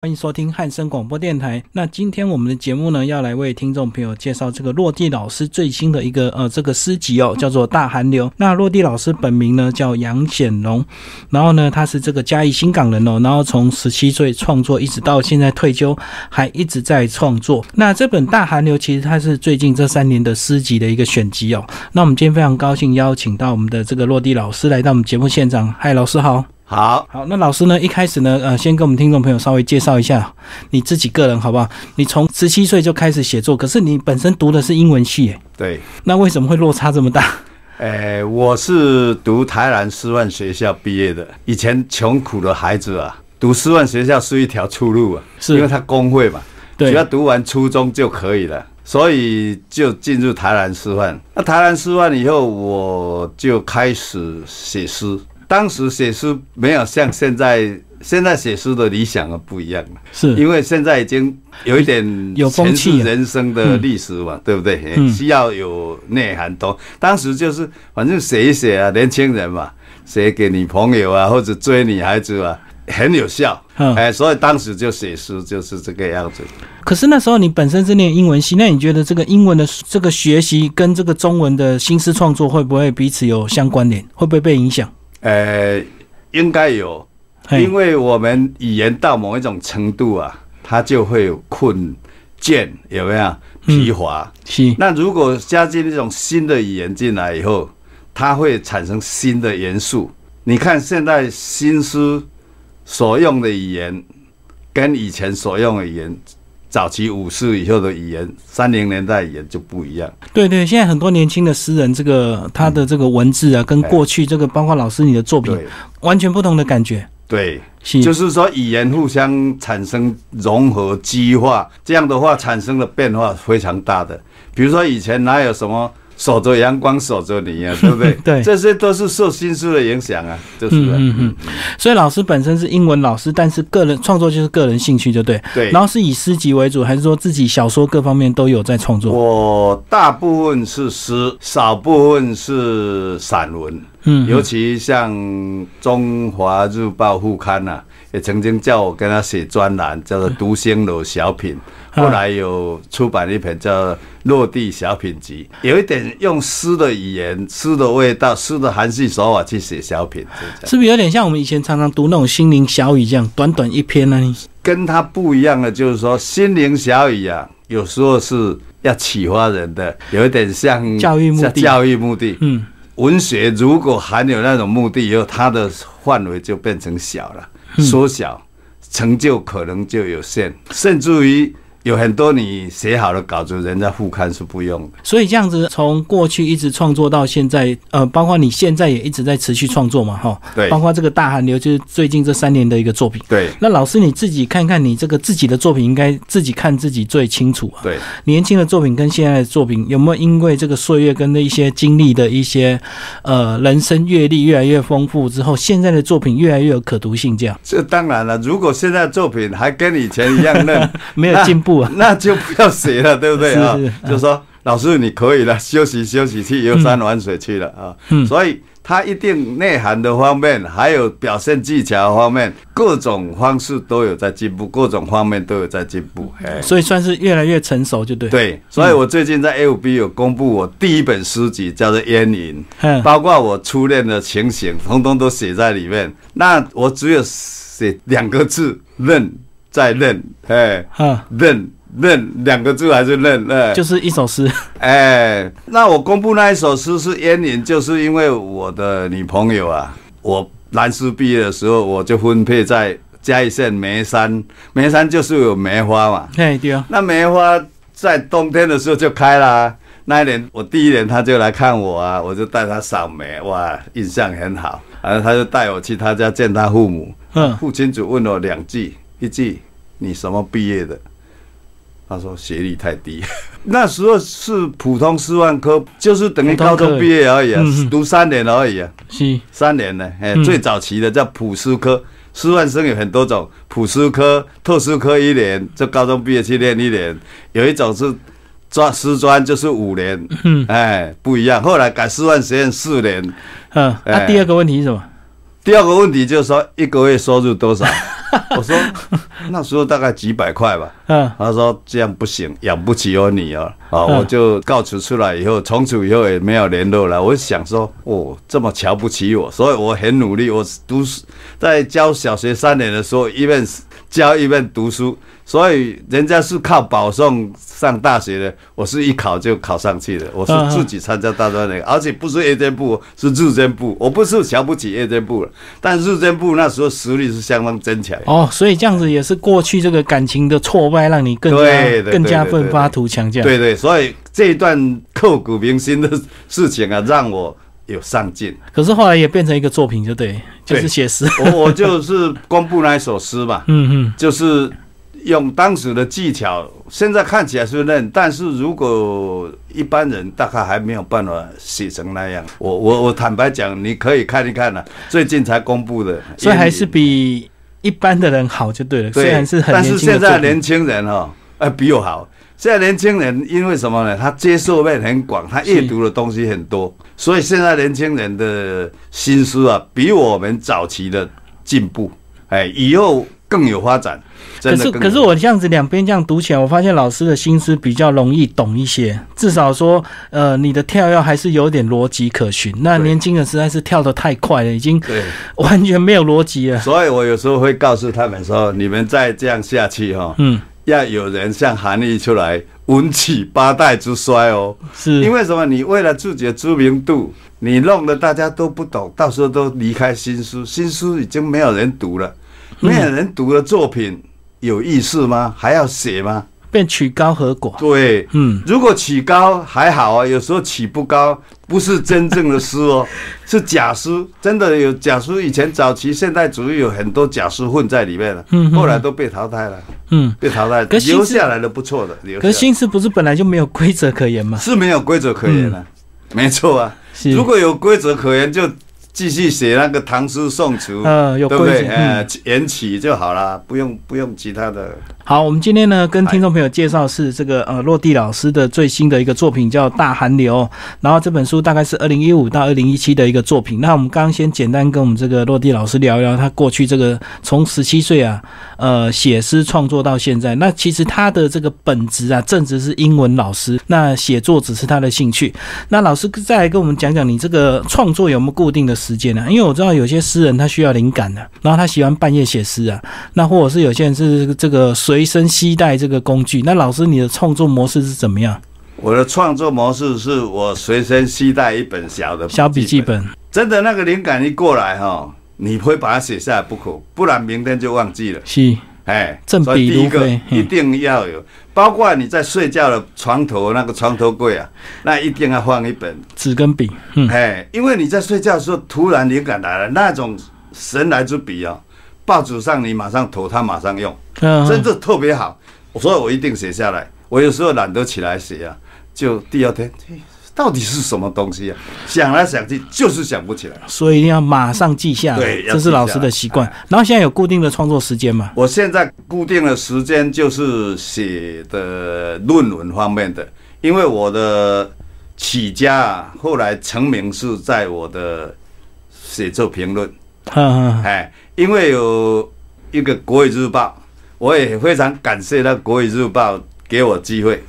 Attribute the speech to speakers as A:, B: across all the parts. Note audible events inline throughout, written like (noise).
A: 欢迎收听汉声广播电台。那今天我们的节目呢，要来为听众朋友介绍这个落地老师最新的一个呃这个诗集哦，叫做《大寒流》。 (laughs) 那落地老师本名呢叫杨显龙，然后呢他是这个嘉义新港人哦，然后从十七岁创作一直到现在退休，还一直在创作。那这本《大寒流》其实它是最近这三年的诗集的一个选集哦。那我们今天非常高兴邀请到我们的这个落地老师来到我们节目现场。嗨，老师好。
B: 好，
A: 好，那老师呢？一开始呢，呃，先跟我们听众朋友稍微介绍一下你自己个人好不好？你从十七岁就开始写作，可是你本身读的是英文系耶，
B: 对，
A: 那为什么会落差这么大？
B: (laughs) 诶，我是读台南师范学校毕业的。以前穷苦的孩子啊，读师范学校是一条出路啊，
A: 是
B: 因为他工会嘛，
A: 对
B: 只要读完初中就可以了，所以就进入台南师范。那台南师范以后，我就开始写诗。当时写诗没有像现在，现在写诗的理想啊不一样了。
A: 是
B: 因为现在已经有一点
A: 嗯有风
B: 前
A: 气
B: 世
A: 了
B: 人生的历史嘛，对不对？
A: 嗯
B: 需要有内涵多。当时就是反正写一写啊，年轻人嘛，写给女朋友啊，或者追女孩子啊，很有效。
A: 嗯
B: 哎，所以当时就写诗就是这个样子。
A: 可是那时候你本身是念英文系，那你觉得这个英文的这个学习跟这个中文的新诗创作会不会彼此有相关联？会不会被影响？
B: 呃，应该有，
A: 嘿
B: 因为我们语言到某一种程度啊，它就会有困倦，有没有
A: 嗯
B: 疲乏？
A: 是
B: 那如果加进一种新的语言进来以后，它会产生新的元素。你看现在新诗所用的语言，跟以前所用的语言，早期五四以后的语言，三零年代语言就不一样。
A: 对对，现在很多年轻的诗人，这个他的这个文字啊，跟过去这个包括老师你的作品
B: 对
A: 完全不同的感觉。
B: 对，
A: 是？
B: 就是说语言互相产生融合、激化，这样的话产生的变化非常大的。比如说以前哪有什么守着阳光守着你啊，对不对
A: (laughs) 对
B: 这些都是受新诗的影响啊，就是
A: 嗯
B: 啊、
A: 嗯嗯，所以老师本身是英文老师，但是个人创作就是个人兴趣，就对。
B: 对
A: 然后是以诗集为主，还是说自己小说各方面都有在创作？
B: 我大部分是诗，少部分是散文，
A: 嗯，
B: 尤其像《中华日报》副刊啊，也曾经叫我跟他写专栏，叫做《读心楼小品》，
A: 啊
B: 后来有出版一本叫《落地小品集》，有一点用诗的语言、诗的味道、诗的含蓄手法去写小品，就这样。
A: 是不是有点像我们以前常常读那种心灵小语这样，短短一篇呢、你
B: 跟他不一样的就是说，心灵小语啊，有时候是要启发人的，有一点像
A: 教育目的
B: 像教育目的，
A: 嗯，
B: 文学如果含有那种目的以后，它的范围就变成小了，
A: 嗯
B: 缩小，成就可能就有限，甚至于有很多你写好的稿子，人家副刊是不用的。
A: 所以这样子从过去一直创作到现在，呃，包括你现在也一直在持续创作嘛，哈。
B: 对
A: 包括这个大寒流，就是最近这三年的一个作品。
B: 对
A: 那老师你自己看看你这个自己的作品，应该自己看自己最清楚啊。
B: 对，
A: 年轻的作品跟现在的作品有没有因为这个岁月跟的一些经历的一些呃人生阅历越来越丰富之后，现在的作品越来越有可读性？这样
B: 这当然了，如果现在作品还跟以前一样嫩，
A: (laughs) 没有进步啊？
B: 那 (laughs) 就不要写了，对不对
A: 是
B: 啊
A: 是？
B: 就说老师你可以了， (laughs) 休息休息，去游山玩水去了啊。
A: 嗯
B: 所以他一定内涵的方面，还有表现技巧方面，各种方式都有在进步，各种方面都有在进步。哎，
A: 所以算是越来越成熟，就对。，
B: 对，所以我最近在 FB 有公布我第一本诗集，叫做《烟云》。
A: (laughs) 嗯，
B: 包括我初恋的情形，通通都写在里面。那我只有写两个字“认”，再认，哎，
A: 嗯
B: 认认两个字还是认？哎，
A: 就是一首诗，
B: 哎，那我公布那一首诗是《烟云》，就是因为我的女朋友啊，我南师毕业的时候，我就分配在嘉义县梅山，梅山就是有梅花嘛。
A: 哎对啊，
B: 那梅花在冬天的时候就开啦、那一年我第一年他就来看我啊，我就带他赏梅，哇，印象很好。然后他就带我去他家见他父母，
A: 嗯，
B: 父亲只问我两句，一句你什么毕业的？他说学历太低， (laughs) 那时候是普通师范科，就是等于
A: 普通科
B: 高中毕业而已、啊，
A: 嗯嗯
B: 读三年而已、啊，
A: 是
B: 三年呢。哎、
A: 嗯
B: 最早期的叫普师科，师范生有很多种，普师科、特师科一年，就高中毕业去练一年，有一种是专师专就是五年，
A: 嗯
B: 哎，不一样。后来改师范学院四年，
A: 嗯。那、
B: 哎
A: 第二个问题是什么？ (laughs)
B: 第二个问题就是说，一个月收入多少？我说那时候大概几百块吧。
A: 嗯，
B: 他说这样不行，养不起有你哦。啊，
A: 嗯
B: 我就告辞出来以后，从此以后也没有联络了。我想说，哦，这么瞧不起我，所以我很努力。我读书在教小学三年的时候，一边教一边读书，所以人家是靠保送上大学的，我是一考就考上去的。我是
A: 嗯嗯
B: 自己参加大专的，而且不是夜间部，是日间部。我不是瞧不起夜间部了，但日间部那时候实力是相当增强。
A: 哦，所以这样子也是过去这个感情的挫败，让你更
B: 对
A: 加
B: 对
A: 更加
B: 对对
A: 奋发图强，这样。
B: 对对，所以这一段刻骨铭心的事情啊，让我有上进。
A: 可是后来也变成一个作品，就对，就是
B: 对
A: 写诗。，
B: 我我就是公布那一首诗嘛
A: (laughs) 嗯
B: 就是用当时的技巧，现在看起来是嫩，但是如果一般人大概还没有办法写成那样。我我我坦白讲，你可以看一看啊，最近才公布的，
A: 嗯，所以还是比一般的人好就对了。虽
B: 对，
A: 然是很
B: 但
A: 年
B: 是
A: 轻的
B: 现
A: 作
B: 在
A: 品，
B: 年轻人哦，呃，比我好。现在年轻人因为什么呢？他接受面很广，他阅读的东西很多，所以现在年轻人的心思啊，比我们早期的进步，哎，以后更有发展。真
A: 可
B: 的
A: 是
B: 更
A: 可是
B: 有
A: 我这样子两边这样读起来，我发现老师的心思比较容易懂一些，至少说，呃，你的跳跃还是有点逻辑可循。那
B: 对
A: 年轻人实在是跳得太快了，已经
B: 对，
A: 完全没有逻辑了。
B: 所以我有时候会告诉他们说，你们再这样下去哈、哦，
A: 嗯，
B: 要有人像韩愈出来，文起八代之衰哦。
A: 是
B: 因为什么？你为了自己的知名度，你弄得大家都不懂，到时候都离开新书，新书已经没有人读了，
A: 嗯
B: 没有人读的作品有意思吗？还要写吗？
A: 变曲高和寡。
B: 对，
A: 嗯，
B: 如果起高还好啊，有时候起不高，不是真正的诗哦， (laughs) 是假诗。真的有假诗，以前早期现代主义有很多假诗混在里面了，
A: 嗯嗯嗯
B: 后来都被淘汰了，
A: 嗯，
B: 被淘汰了，
A: 可是
B: 留下来的不错的，留下
A: 可
B: 来
A: 是心思不是本来就没有规则可言吗？
B: 是没有规则可言
A: 嗯
B: 了、没错啊。
A: 是
B: 如果有规则可言，就继续写那个唐诗宋词，
A: 呃有
B: 对不对？
A: 规则
B: 呃，言起就好啦，不用不用其他的。
A: 好，我们今天呢跟听众朋友介绍是这个呃落地老师的最新的一个作品叫《大寒流》，然后这本书大概是二零一五到二零一七的一个作品。那我们刚刚先简单跟我们这个落地老师聊一聊他过去这个从十七岁啊呃写诗创作到现在。那其实他的这个本职啊正职是英文老师，那写作只是他的兴趣。那老师再来跟我们讲讲你这个创作有没有固定的时间啊呢、因为我知道有些诗人他需要灵感的、然后他喜欢半夜写诗啊，那或者是有些人是这个随身携带这个工具。那老师，你的创作模式是怎么样？
B: 我的创作模式是我随身携带一本小的
A: 小笔记，本，
B: 真的那个灵感一过来哈、你会把它写下来不可，不然明天就忘记了。
A: 是
B: 哎，
A: 振
B: 所以
A: 笔
B: 第一
A: 如
B: 个
A: 飞
B: 一定要有，包括你在睡觉的床头那个床头柜啊，那一定要放一本
A: 纸跟笔，嗯，
B: 哎，因为你在睡觉的时候突然灵感来了，那种神来之笔啊、报纸上你马上投，他马上用，真
A: 嗯，
B: 的特别好。所以我一定写下来。我有时候懒得起来写啊，就第二天，嘿到底是什么东西啊？想来想去就是想不起来。
A: 所以一定要马上记下来，
B: 对要
A: 这是老师
B: 记下
A: 的
B: 来哎
A: 习惯。然后现在有固定的创作时间嘛？
B: 我现在固定的时间就是写的论文方面的，因为我的起家啊，后来成名是在我的写作评论。
A: 嗯，嗯
B: 哎，因为有一个《国语日报》，我也非常感谢那《国语日报》给我机会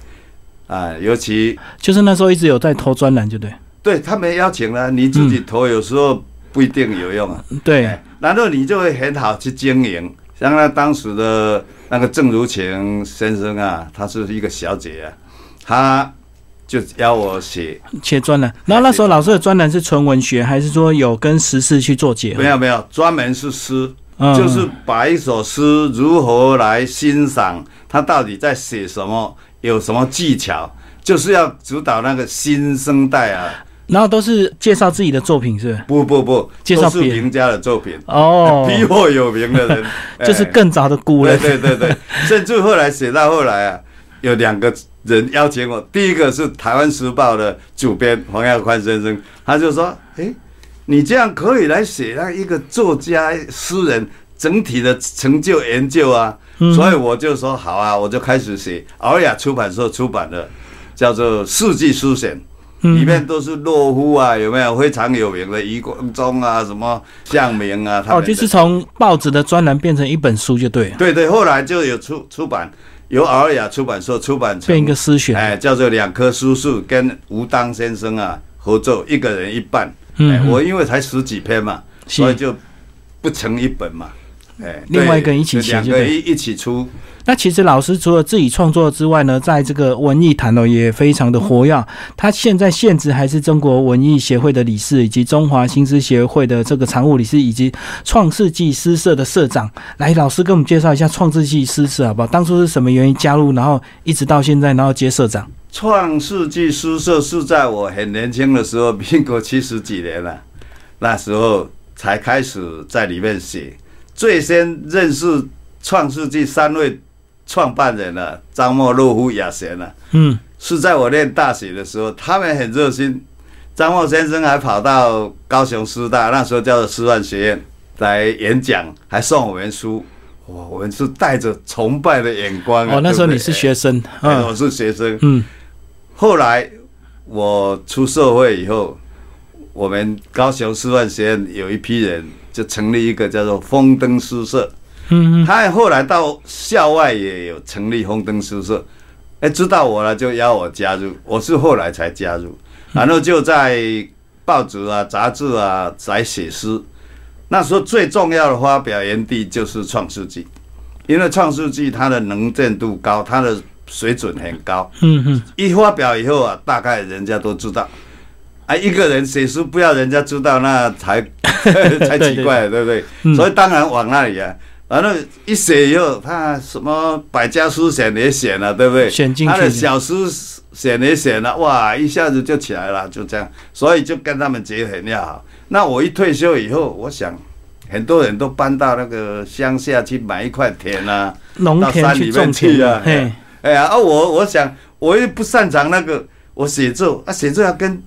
B: 啊，尤其
A: 就是那时候一直有在投专栏，就对，
B: 对他们邀请了，你自己投有时候不一定有用啊，
A: 嗯对
B: 哎，然后你就会很好去经营。像那当时的那个郑如晴先生啊，她是一个小姐啊，她就邀我写，
A: 写专栏。然后那时候
B: 哎
A: 老师的专栏是纯文学，还是说有跟时事去做结合
B: 没？有没有，专门是诗，
A: 嗯
B: 就是把一首诗如何来欣赏，他到底在写什么，有什么技巧，就是要主导那个新生代啊！
A: 然后都是介绍自己的作品，是不是？
B: 不不不，
A: 介绍
B: 都是
A: 别人
B: 名家的作品，
A: 哦，，
B: (laughs) 哎比我有名的人
A: 就是
B: 哎
A: 更早的古人，
B: 对对对
A: (laughs)
B: 对，甚至后来写到后来啊，有两个人邀请我，第一个是《台湾时报》的主编黄耀宽先生，他就说：“诶，你这样可以来写那一个作家、诗人整体的成就研究啊。”
A: 嗯
B: 所以我就说好啊，我就开始写，敖雅出版社出版的，叫做《世纪书选》。
A: 嗯
B: 里面都是落户啊，有没有非常有名的余光中啊，什么向明啊，他
A: 哦，
B: 们的
A: 就是从报纸的专栏变成一本书就对了，
B: (laughs) 对对，后来就有出出版，由尔雅出版社出版成
A: 变一个诗选。
B: 哎，叫做两棵叔叔跟吴当先生啊合作，一个人一半。
A: 嗯
B: 哎，
A: 嗯
B: 我因为才十几篇嘛，
A: 是
B: 所以就不成一本嘛。哎，
A: 另外一个
B: 对
A: 人一起
B: 就
A: 写
B: 两
A: 就
B: 个
A: 对
B: 一一起出。
A: 那其实老师除了自己创作之外呢，在这个文艺坛哦也非常的活跃。他现在现职还是中国文艺协会的理事，以及中华新诗协会的这个常务理事，以及创世纪诗社的社长。来，老师给我们介绍一下创世纪诗社好不好？当初是什么原因加入，然后一直到现在，然后接社长？
B: 创世纪诗社是在我很年轻的时候，民国七十几年了、 (laughs) 那时候才开始在里面写。最先认识创世纪三位创办人了、张默、陆夫、雅贤了、
A: 嗯，
B: 是在我念大学的时候，他们很热心。张默先生还跑到高雄师大，那时候叫做师范学院来演讲，还送我们书。哇，我们是带着崇拜的眼光啊！
A: 哦，那时候
B: 对
A: 你
B: 不
A: 是
B: 对
A: 学生，
B: 哎哎
A: 嗯
B: 我是学生。
A: 嗯，
B: 后来我出社会以后，我们高雄师范学院有一批人就成立一个叫做风灯诗社。
A: 嗯
B: 他后来到校外也有成立红灯诗社，哎，知道我了就邀我加入，我是后来才加入，然后就在报纸啊、杂志啊来写诗。那时候最重要的发表园地就是《创世纪》，因为《创世纪》它的能见度高，它的水准很高，
A: 嗯嗯，
B: 一发表以后啊，大概人家都知道。啊，一个人写书不要人家知道，那才 (laughs) 才奇怪，对不对？所以当然往那里啊。然后一写以后，他什么百家书选也选了，对不对？
A: 选进去
B: 他的小书选也选了，哇，一下子就起来了，就这样。所以就跟他们结很要好。那我一退休以后，我想很多人都搬到那个乡下去买一块田啊，
A: 农
B: 到
A: 田
B: 山
A: 去
B: 里
A: 种
B: 面
A: 田
B: 去啊。
A: 嘿，
B: 哎呀，啊，我我想我又不擅长那个，我写作啊，写作要跟，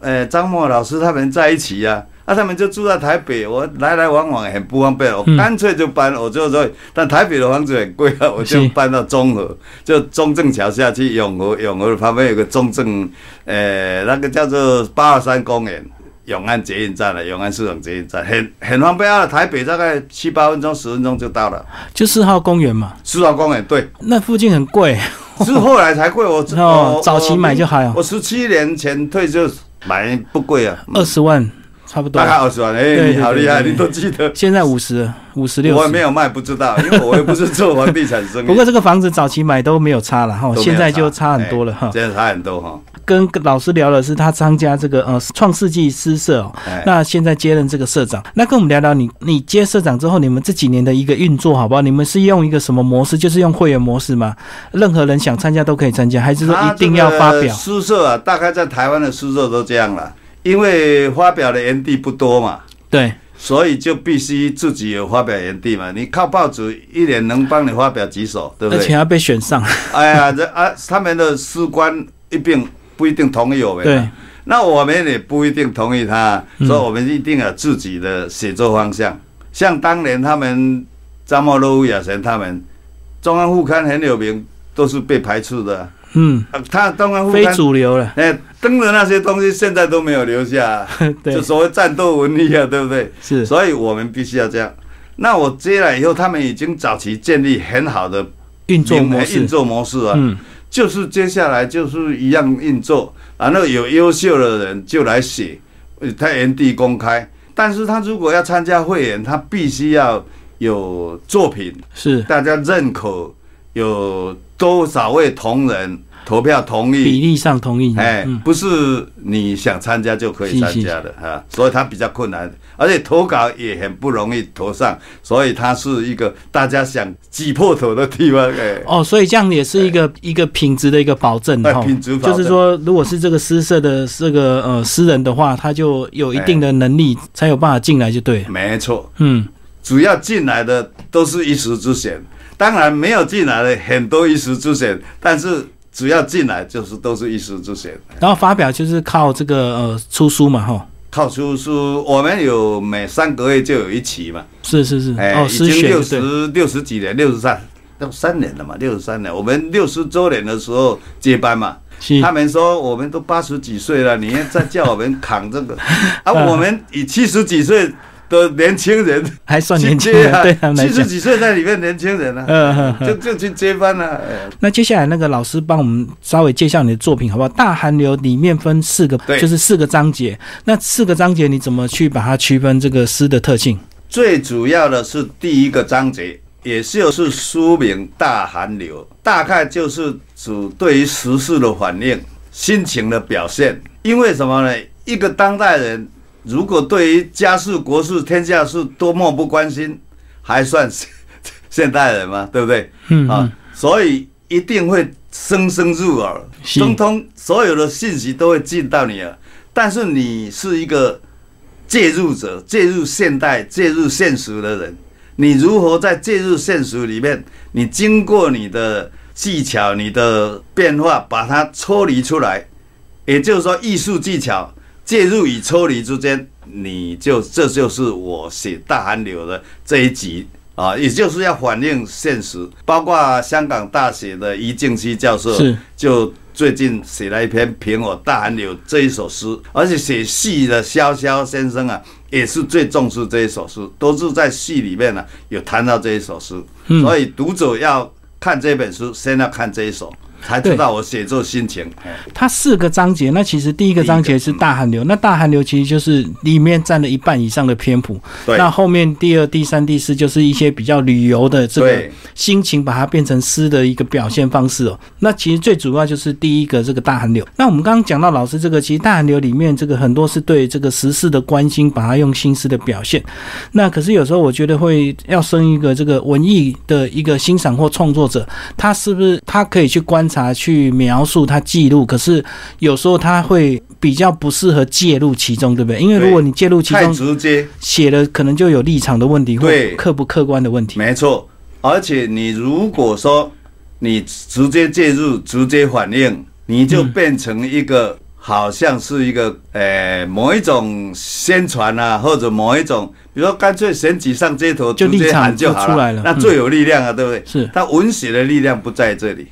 B: 呃，张默老师他们在一起呀、啊，他们就住在台北，我来来往往很不方便，我
A: 嗯
B: 干脆就搬，我就说，但台北的房子很贵啊，我
A: 是
B: 就搬到中和，就中正桥下去永和，永和旁边有个中正，呃，那个叫做八二三公园。永安捷运站了，啊永安市场捷运站很很方便啊，台北大概七八分钟、十分钟就到了。
A: 就四号公园嘛，
B: 市场公园对，
A: 那附近很贵
B: (laughs) 是后来才贵，我
A: (laughs) 哦
B: 我，
A: 早期买就还好，
B: 我十七年前退休买不贵啊，
A: 二十万差不多
B: 大。概二十万。哎，
A: 呃对
B: 你好
A: 对
B: 厉害，
A: 对
B: 你都记得。
A: 现在五十、五十六
B: 我没有卖不知道，因为我又不是做房地产生
A: (laughs)
B: 意。
A: 不
B: (laughs)
A: 过这个房子早期买都没有差了哈，
B: 都没有
A: 现在就差很多了哈
B: 哎。现在差很多哈。
A: 跟老师聊的是他参加这个呃创世纪诗社哦，
B: 哎
A: 那现在接任这个社长，那跟我们聊聊你你接社长之后，你们这几年的一个运作好不好？你们是用一个什么模式？就是用会员模式吗？任何人想参加都可以参加，还是说
B: 他
A: 一定要发表？
B: 诗社啊，大概在台湾的诗社都这样了，因为发表的园地不多嘛，
A: 对，
B: 所以就必须自己有发表园地嘛。你靠报纸一年能帮你发表几首，对不
A: 而
B: 对
A: 且？要被选上，
B: 哎呀，这啊，他们的士官一定不一定同意我们、
A: 对，
B: 那我们也不一定同意他，
A: 嗯
B: 所以我们一定有自己的写作方向。像当年他们张默洛、吴雅神他们，中央副刊很有名，都是被排斥的。
A: 嗯，
B: 啊他中央副
A: 非
B: 刊
A: 主流了， (laughs)
B: 哎登的那些东西，现在都没有留下啊，
A: 对
B: 就，所谓战斗文艺啊，对不对？
A: 是，
B: 所以我们必须要这样。那我接来以后，他们已经早期建立很好的
A: 运作
B: 运
A: 模
B: 运
A: 式，
B: 作模式啊。
A: 嗯，
B: 就是接下来就是一样运作，然后有优秀的人就来写，呃他原地公开。但是他如果要参加会员，他必须要有作品，
A: 是
B: 大家认可，有多少位同仁投票同
A: 比
B: 意。
A: 例上同意，
B: 哎
A: 嗯，，
B: 不是你想参加就可以参加的啊，所以它比较困难，而且投稿也很不容易投上，所以它是一个大家想挤破头的地方。哎，
A: 哦，所以这样也是一个一个品质的一个保证
B: 哎
A: 哈。
B: 品质保证
A: 就是说，如果是这个诗社的这个呃诗人的话，他就有一定的能力，才有办法进来，就对了。
B: 没错，
A: 嗯，
B: 主要进来的都是一时之选，当然没有进来的很多一时之选，但是主要进来就是都是一时之选。
A: 然后发表就是靠这个呃出书嘛，哈。
B: 靠出书，我们有每三个月就有一期嘛，
A: 是是是，
B: 哎、
A: 哦，
B: 已
A: 诗
B: 经
A: 选
B: 六
A: 对，
B: 十六十几年，六十三，要三年了嘛，六十三年，我们六十周年的时候接班嘛。
A: 是
B: 他们说我们都八十几岁了，你再叫我们扛
A: (laughs)
B: 这个，啊，我们以七十几岁的年轻人
A: 还算
B: 去
A: 年轻
B: 接
A: 人，(laughs)
B: 啊
A: 对他，们来
B: 七十
A: 讲。
B: 几岁在里面年轻人啊，
A: 嗯哼哼
B: 就就去接班了、哎
A: 那接下来那个老师帮我们稍微介绍你的作品好不好？大寒流里面分四个，
B: 对
A: 就是四个章节。那四个章节你怎么去把它区分这个诗的特性？
B: 最主要的是第一个章节，也就是书名《大寒流》，大概就是指对于时事的反应、心情的表现。因为什么呢？一个当代人如果对于家事、国事、天下事多么不关心，还算是 (laughs) 现代人吗？对不对？
A: 嗯
B: 啊，所以一定会生生入耳，
A: 是
B: 通通所有的信息都会进到你耳。但是你是一个介入者、介入现代、介入现实的人，你如何在介入现实里面，你经过你的技巧、你的变化，把它抽离出来，也就是说，艺术技巧介入与抽离之间，你就这就是我写《大寒流》的这一集啊，也就是要反映现实。包括香港大学的于静熙教授
A: 是
B: 就最近写了一篇评我《大寒流》这一首诗，而且写戏的萧萧先生啊，也是最重视这一首诗，都是在戏里面呢、有谈到这一首诗，
A: 嗯
B: 所以读者要看这本书，先要看这一首，才知
A: 对
B: 道我写作心情。哎
A: 它四个章节，那其实第一个章节是大寒流，那大寒流其实就是里面占了一半以上的篇幅。
B: 对
A: 那后面第二、第三、第四就是一些比较旅游的这个
B: 对
A: 心情，把它变成诗的一个表现方式哦。那其实最主要就是第一个这个大寒流。那我们刚刚讲到老师这个，其实大寒流里面这个很多是对这个时事的关心，把它用新诗的表现。那可是有时候我觉得会要生一个这个文艺的一个欣赏或创作者，他是不是他可以去观察、去描述、他记录，可是有时候他会比较不适合介入其中，对不对？因为如果你介入其
B: 太
A: 中，
B: 直接，
A: 写了可能就有立场的问题，或
B: 对
A: 客不客观的问题。
B: 没错。而且你如果说你直接介入、直接反应，你就变成一个
A: 嗯
B: 好像是一个呃某一种宣传啊，或者某一种，比如说干脆选举上街头
A: 就
B: 直接喊
A: 立场就
B: 好
A: 出来了
B: 那
A: 嗯
B: 最有力量啊，对不对？
A: 是
B: 它文学的力量不在这里。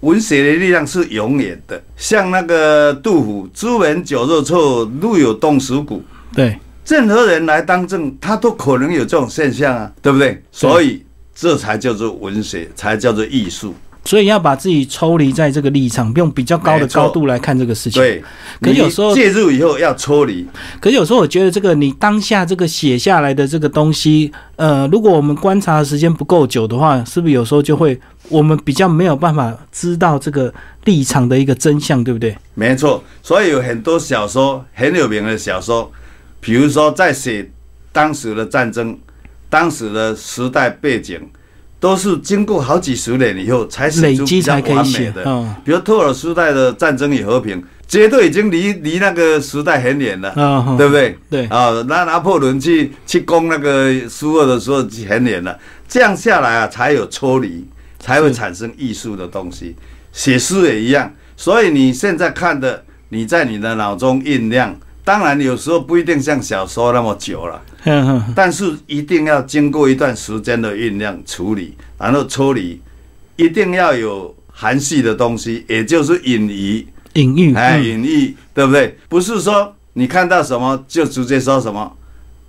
B: 文学的力量是永远的，像那个杜甫“朱门酒肉臭，路有冻死骨”，
A: 对，
B: 任何人来当政，他都可能有这种现象啊，对不对？所以这才叫做文学，才叫做艺术。
A: 所以要把自己抽离在这个立场，用比较高的
B: 没错
A: 高度来看这个事情。
B: 对，
A: 可有时候
B: 你介入以后要抽离，
A: 可是有时候我觉得这个你当下这个写下来的这个东西，呃，如果我们观察的时间不够久的话，是不是有时候就会我们比较没有办法知道这个立场的一个真相，对不对？
B: 没错。所以有很多小说很有名的小说，比如说在写当时的战争、当时的时代背景，都是经过好几十年以后才写
A: 累
B: 出
A: 积
B: 比较
A: 才可以
B: 完美
A: 写
B: 的。，
A: 嗯
B: 比如托尔斯泰的《战争与和平》，绝对已经离离那个时代很远了。
A: 嗯，
B: 对不对？
A: 对
B: 啊，那拿破仑去去攻那个苏俄的时候很远了，这样下来啊，才有抽离，才会产生艺术的东西。写诗也一样，所以你现在看的，你在你的脑中酝酿，当然有时候不一定像小说那么久了，
A: 嗯嗯，
B: 但是一定要经过一段时间的酝酿、处理，然后抽离，一定要有含蓄的东西，也就是隐喻。
A: 隐 (laughs) 喻，
B: 哎，
A: 嗯
B: 隐喻，对不对？不是说你看到什么就直接说什么，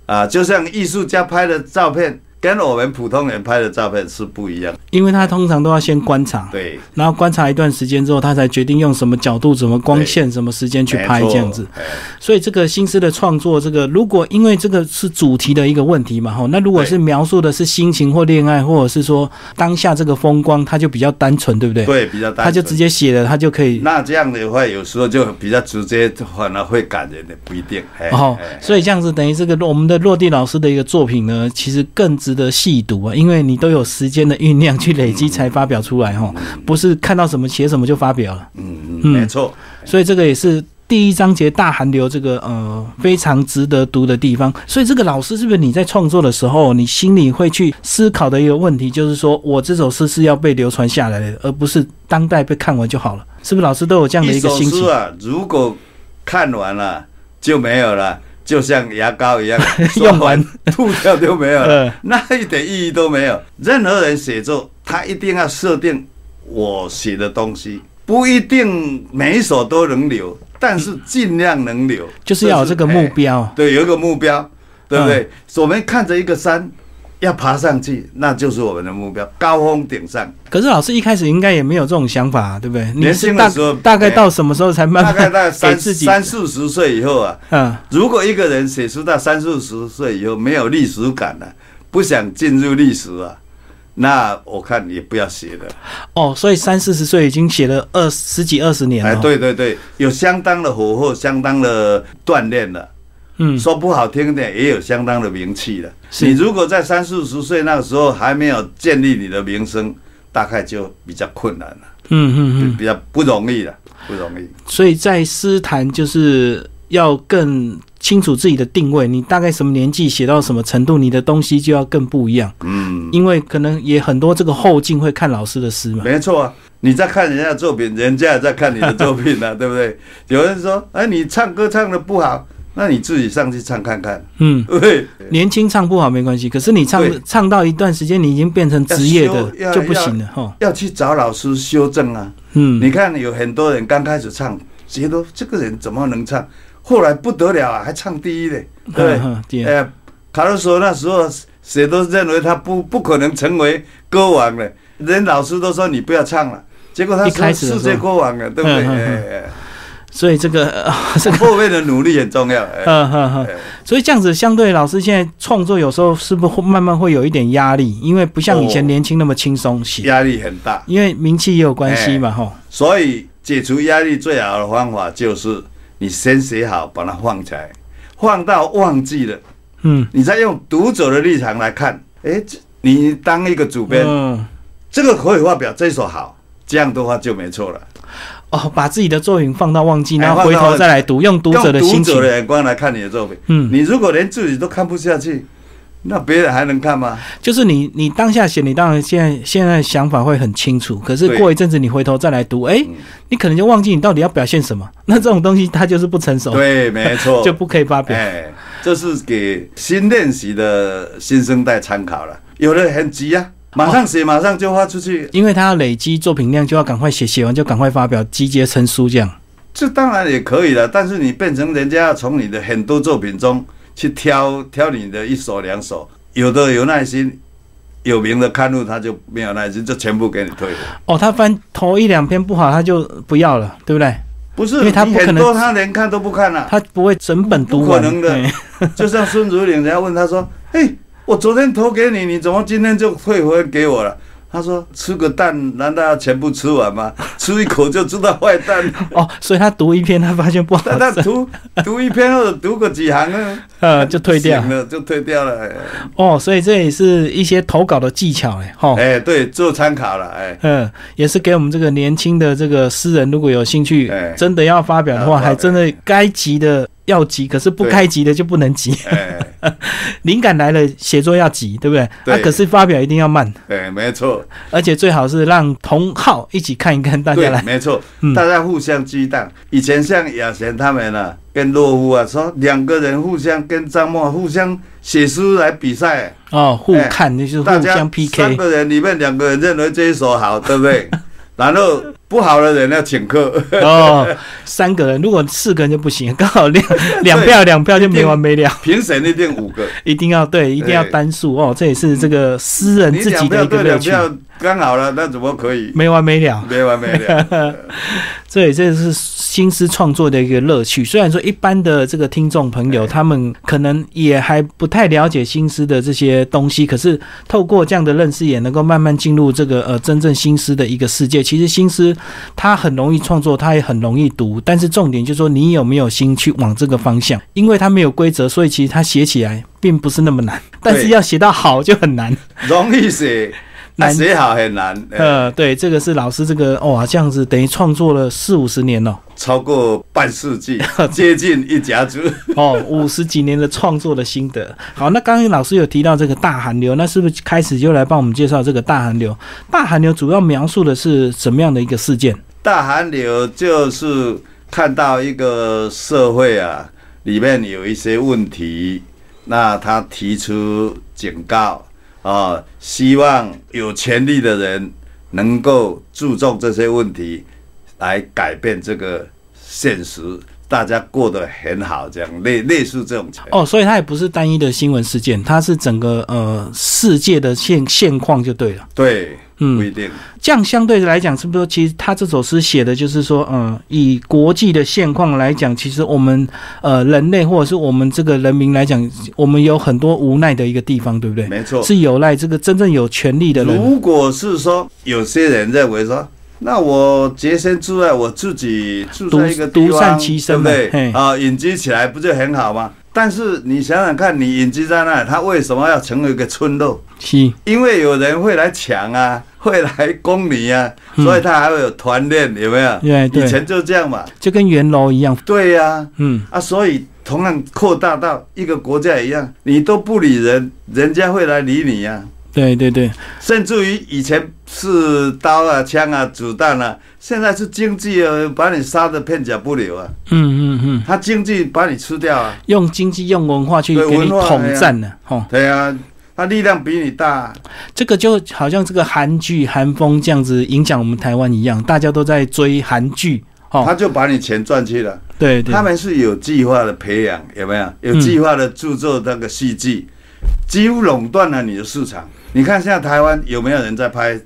B: 啊，就像艺术家拍的照片跟我们普通人拍的照片是不一样。
A: 因为他通常都要先观察，
B: 对，
A: 然后观察一段时间之后，他才决定用什么角度、什么光线、什么时间去拍
B: 没错
A: 这样子。。
B: 哎
A: 所以这个新诗的创作，这个如果因为这个是主题的一个问题嘛，哈，那如果
B: 对
A: 是描述的是心情或恋爱，或者是说当下这个风光，它就比较单纯，对不对？，
B: 对，比较单纯。
A: 他就直接写了，他就可以。
B: 那这样的话，有时候就比较直接，反而会感人的，不一定。哎
A: 哦
B: 哎，
A: 所以这样子等于这个落我们的落地老师的一个作品呢，其实更值得细读啊，因为你都有时间的酝酿去
B: 嗯
A: 累积才发表出来哈，不是看到什么写什么就发表了。
B: 嗯嗯，
A: 嗯
B: 没错。
A: 所以这个也是第一章节大寒流这个呃非常值得读的地方。所以这个老师是不是你在创作的时候，你心里会去思考的一个问题，就是说我这首诗是要被流传下来的，而不是当代被看完就好了，
B: 啊
A: 是不是？老师都有这样的
B: 一
A: 一个
B: 首
A: 心
B: 诗
A: 情，，
B: 啊，如果看完了就没有了，就像牙膏一样
A: (laughs) 用完
B: 吐掉就没有
A: (laughs)
B: 了
A: 嗯，
B: 那一点意义都没有。任何人写作，他一定要设定我写的东西，不一定每一首都能留，但是尽量能留，
A: 就是要有这个
B: 哎
A: 目标。
B: 对，有一个目标，对不对？
A: 嗯
B: 我们看着一个山，要爬上去，那就是我们的目标，高峰顶上。
A: 可是老师一开始应该也没有这种想法、啊对不对？你
B: 年
A: 是
B: 轻
A: 大
B: 的时候哎
A: 大概到什么时候才慢
B: 大概大概
A: 慢给
B: 三
A: 自己？
B: 三四十岁以后啊，
A: 嗯，
B: 如果一个人写出到三四十岁以后没有历史感了、不想进入历史啊，那我看也不要写了。
A: 哦，所以三四十岁已经写了二十几二十年了、哦
B: 哎，，对对对，有相当的火候，相当的锻炼了。
A: 嗯，
B: 说不好听点，也有相当的名气了。
A: 是
B: 你如果在三四十岁那个时候还没有建立你的名声，大概就比较困难了，
A: 嗯嗯嗯，
B: 比较不容易了，不容易。
A: 所以在诗坛就是要更清楚自己的定位，你大概什么年纪写到什么程度，你的东西就要更不一样，
B: 嗯，
A: 因为可能也很多这个后进会看老师的诗嘛。
B: 没错啊。你在看人家的作品，人家也在看你的作
A: (laughs)
B: 品呢、啊，对不对？有人说，哎，你唱歌唱的不好，那你自己上去唱看看，
A: 嗯，
B: 对不对？
A: 年轻唱不好没关系，可是你唱
B: 对
A: 唱到一段时间，你已经变成职业的
B: 要修要
A: 就不行了哈。
B: 要去找老师修正啊。
A: 嗯，
B: 你看有很多人刚开始唱，觉得这个人怎么能唱，后来不得了啊，还唱第一嘞，对不对
A: 嗯 (laughs) 嗯对
B: 呃，卡洛索那时候谁都认为他不不可能成为歌王了，连老师都说你不要唱了，结果他
A: 一开始
B: 是
A: 的时候
B: 世界歌王了，对不对？
A: 嗯嗯嗯
B: 哎哎
A: 所以这个、呃、这
B: 哎
A: 个
B: 后面的努力很重要。
A: (laughs)
B: 哎
A: 嗯哼哼，
B: 哎
A: 所以这样子，相对老师现在创作有时候是不是会慢慢会有一点压力？因为不像以前
B: 哦
A: 年轻那么轻松写，
B: 压力很大，
A: 因为名气也有关系
B: 哎
A: 嘛，吼。
B: 所以解除压力最好的方法就是你先写好，把它放起来，放到忘记了。
A: 嗯，
B: 你再用读者的立场来看，哎，这你当一个主编，
A: 嗯，
B: 这个可以发表这首好，这样的话就没错了。
A: 哦，把自己的作品放到忘记，
B: 哎
A: 然后回
B: 放到
A: 头
B: 忘记
A: 再来读，用读者的
B: 用
A: 心
B: 读
A: 情
B: 者。的眼光来看你的作品，
A: 嗯
B: 你如果连自己都看不下去，那别人还能看吗？
A: 就是你，你当下写，你当然现在现在想法会很清楚，可是
B: 对嗯
A: 过一阵子你回头再来读，哎、你可能就忘记你到底要表现什么。 (laughs) 那这种东西它就是不成熟，
B: 对，没错，
A: (laughs) 就不可以发表。
B: 哎，这是给新练习的新生代参考了。有的很急啊，马上写，马上就发出去，
A: 因为他要累积作品量，就要赶快写，写完就赶快发表，集结成书这样。
B: 这当然也可以了，但是你变成人家要从你的很多作品中去挑挑你的一首两首，有的有耐心，有名的刊物他就没有耐心，就全部给你退了。
A: 哦，他翻头一两篇不好，他就不要了，对不对？
B: 不是，
A: 因为他
B: 你
A: 不可
B: 很
A: 能
B: 多他连看都不看了、 (laughs)
A: 他不会整本读
B: 不可
A: 完，
B: 能的
A: 哎
B: 就像孙竹岭，人家问他说：“嘿，我昨天投给你，你怎么今天就退回给我了？”他说：“吃个蛋，难道要全部吃完吗？ (laughs) 吃一口就知道坏蛋。 (laughs)
A: 哦，所以他读一篇，他发现不好
B: 但 (laughs) 他
A: 整，
B: 读读一篇或者读个几行呢，
A: 呃，就退掉
B: 醒了，就 (laughs) 退掉了。哎
A: 哦。所以这也是一些投稿的技巧，哎，哈，
B: 哎、对，做参考了，哎、
A: 嗯，也是给我们这个年轻的这个诗人，如果有兴趣
B: 哎，
A: 真的要发表的话，
B: 要发表
A: 还真的该急的要急，可是不该急的就不能
B: (laughs)
A: 急。
B: 哎、
A: 灵感来了，写作要急，对不对？
B: 对
A: 啊，可是发表一定要慢，
B: 哎，没错，
A: 而且最好是让同好一起看一看， (laughs) 大家
B: 对，
A: 来，
B: 没错
A: 嗯，
B: 大家互相激荡。以前像雅贤他们呢、跟洛夫啊，说两个人互相跟张默互相写诗来比赛，
A: 哦，互
B: 哎
A: 看，那就是
B: 大
A: 互
B: 家
A: 相 PK
B: 三。个人里面两个人认为这一首好，对不
A: (laughs)
B: 对？然后不好的人要请客，
A: 哦，三个人，如果四个人就不行，刚好两两票两票就没完没了，
B: 评审一定五
A: (laughs)
B: 个，
A: 一定要对，一定要
B: 对嗯
A: 单数哦，这也是这个私人
B: 你
A: 自己的
B: 两票
A: 一个
B: 对
A: 乐
B: 两
A: 趣，
B: 票刚好了，那怎么可以？
A: 没完没了。
B: 没完没
A: (laughs)
B: 了。
A: 这也这是新诗创作的一个乐趣。虽然说一般的这个听众朋友，他们可能也还不太了解新诗的这些东西，可是透过这样的认识，也能够慢慢进入这个呃真正新诗的一个世界。其实新诗它很容易创作，它也很容易读，但是重点就是说你有没有心去往这个方向，因为它没有规则，所以其实它写起来并不是那么难，但是要写到好就很难。
B: 容易写，那
A: 难
B: 写好很难，呃，
A: 呃，对，这个是老师这个哇，这样子等于创作了四五十年了、哦
B: 超过半世纪，接近一家族。
A: 哦，五十几年的创作的心得。好，那刚刚老师有提到这个大寒流，那是不是开始就来帮我们介绍这个大寒流？大寒流主要描述的是什么样的一个事件？
B: 大寒流就是看到一个社会啊，里面有一些问题，那他提出警告啊，希望有权力的人能够注重这些问题，来改变这个现实，大家过得很好，这样类类似这种情况
A: 哦，所以它也不是单一的新闻事件，它是整个呃世界的现现况就对了。
B: 对，
A: 嗯
B: 不一定。
A: 这样相对来讲，是不是其实他这首诗写的就是说，呃，以国际的现况来讲，其实我们呃人类或者是我们这个人民来讲，我们有很多无奈的一个地方，对不对？
B: 没错
A: 是有赖这个真正有权利的人。
B: 如果是说有些人认为说，那我洁身自爱，我自己住在一个
A: 独
B: 地
A: 独
B: 方，
A: 善其身嘛
B: 对不
A: 嘿
B: 对？啊，隐居起来不就很好吗？但是你想想看，你隐居在那里，他为什么要成为一个村落？
A: 是，
B: 因为有人会来抢啊， (laughs) 会来攻你啊，所以他还会有团练，有没有？
A: 对嗯哎对
B: 以前就这样嘛。
A: 就跟元楼一样，
B: 对呀、
A: 嗯，
B: 啊，所以同样扩大到一个国家一样，你都不理人，人家会来理你呀、啊
A: 对对对，
B: 甚至于以前是刀啊、枪啊、子弹啊，现在是经济啊，把你杀的片甲不留啊，
A: 嗯嗯嗯，
B: 他经济把你吃掉啊，
A: 用经济用文化去
B: 对
A: 给你
B: 文化
A: 统战呢、哦。
B: 对啊，他力量比你大啊，
A: 这个就好像这个韩剧、韩风这样子影响我们台湾一样，大家都在追韩剧。
B: 他
A: 哦，
B: 就把你钱赚去了。
A: 对对
B: 他，们是有计划的培养，有没有？有计划的著作那个戏剧，几乎垄断了你的市场。你看现在台湾有没有人在拍？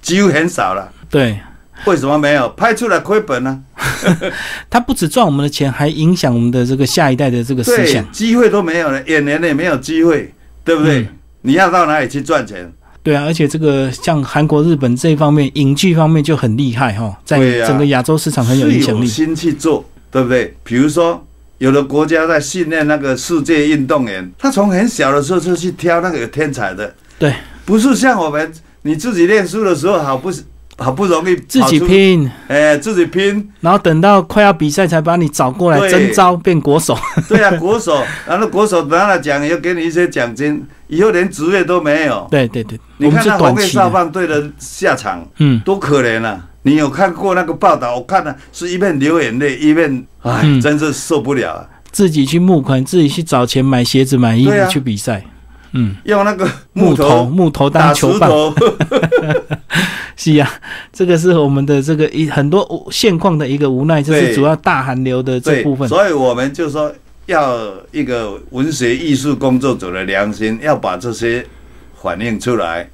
B: 几乎很少了。
A: 对，
B: 为什么没有？拍出来亏本啊呢、
A: 他不只赚我们的钱，还影响我们的这个下一代的这个思
B: 对
A: 想。，
B: 机会都没有了，演员也没有机会，对不对？
A: 嗯
B: 你要到哪里去赚钱？
A: 对啊，而且这个像韩国、日本这一方面，影剧方面就很厉害哈、哦，在
B: 对啊
A: 整个亚洲市场很有影响
B: 是有
A: 力。
B: 心去做，对不对？比如说，有的国家在训练那个世界运动员，他从很小的时候就去挑那个有天才的，
A: 对，
B: 不是像我们你自己念书的时候好不好不容易
A: 自己
B: 跑出，
A: 拼，
B: 哎、自己拼，
A: 然后等到快要比赛才把你找过来
B: 对
A: 征招变国手。 (laughs)
B: 对啊， (laughs) 国手，然后国手拿了奖也给你一些奖金，以后连职业都没有。
A: 对对对，我
B: 你
A: 们
B: 看
A: 是
B: 那红
A: 短
B: 卫
A: 期
B: 少
A: 的。
B: 棒队的下场，
A: 嗯，
B: 多可怜啊！你有看过那个报道？我看了、是一面流眼泪，一面哎，
A: 嗯
B: 真是受不了啊！
A: 自己去募款，自己去找钱买鞋子、买衣服
B: 对啊
A: 去比赛。嗯，
B: 用那个
A: 木
B: 木
A: 头
B: 头
A: 木头
B: 打
A: 当球
B: 石
A: 棒。
B: 头，
A: 是呀、 (laughs) 这个是我们的这个一很多无现况的一个无奈，这是
B: 对
A: 主要大寒流的这
B: (laughs) 对
A: 部，分。
B: 所以我们就说要一个文学艺术工作者的良心，要把这些反映出来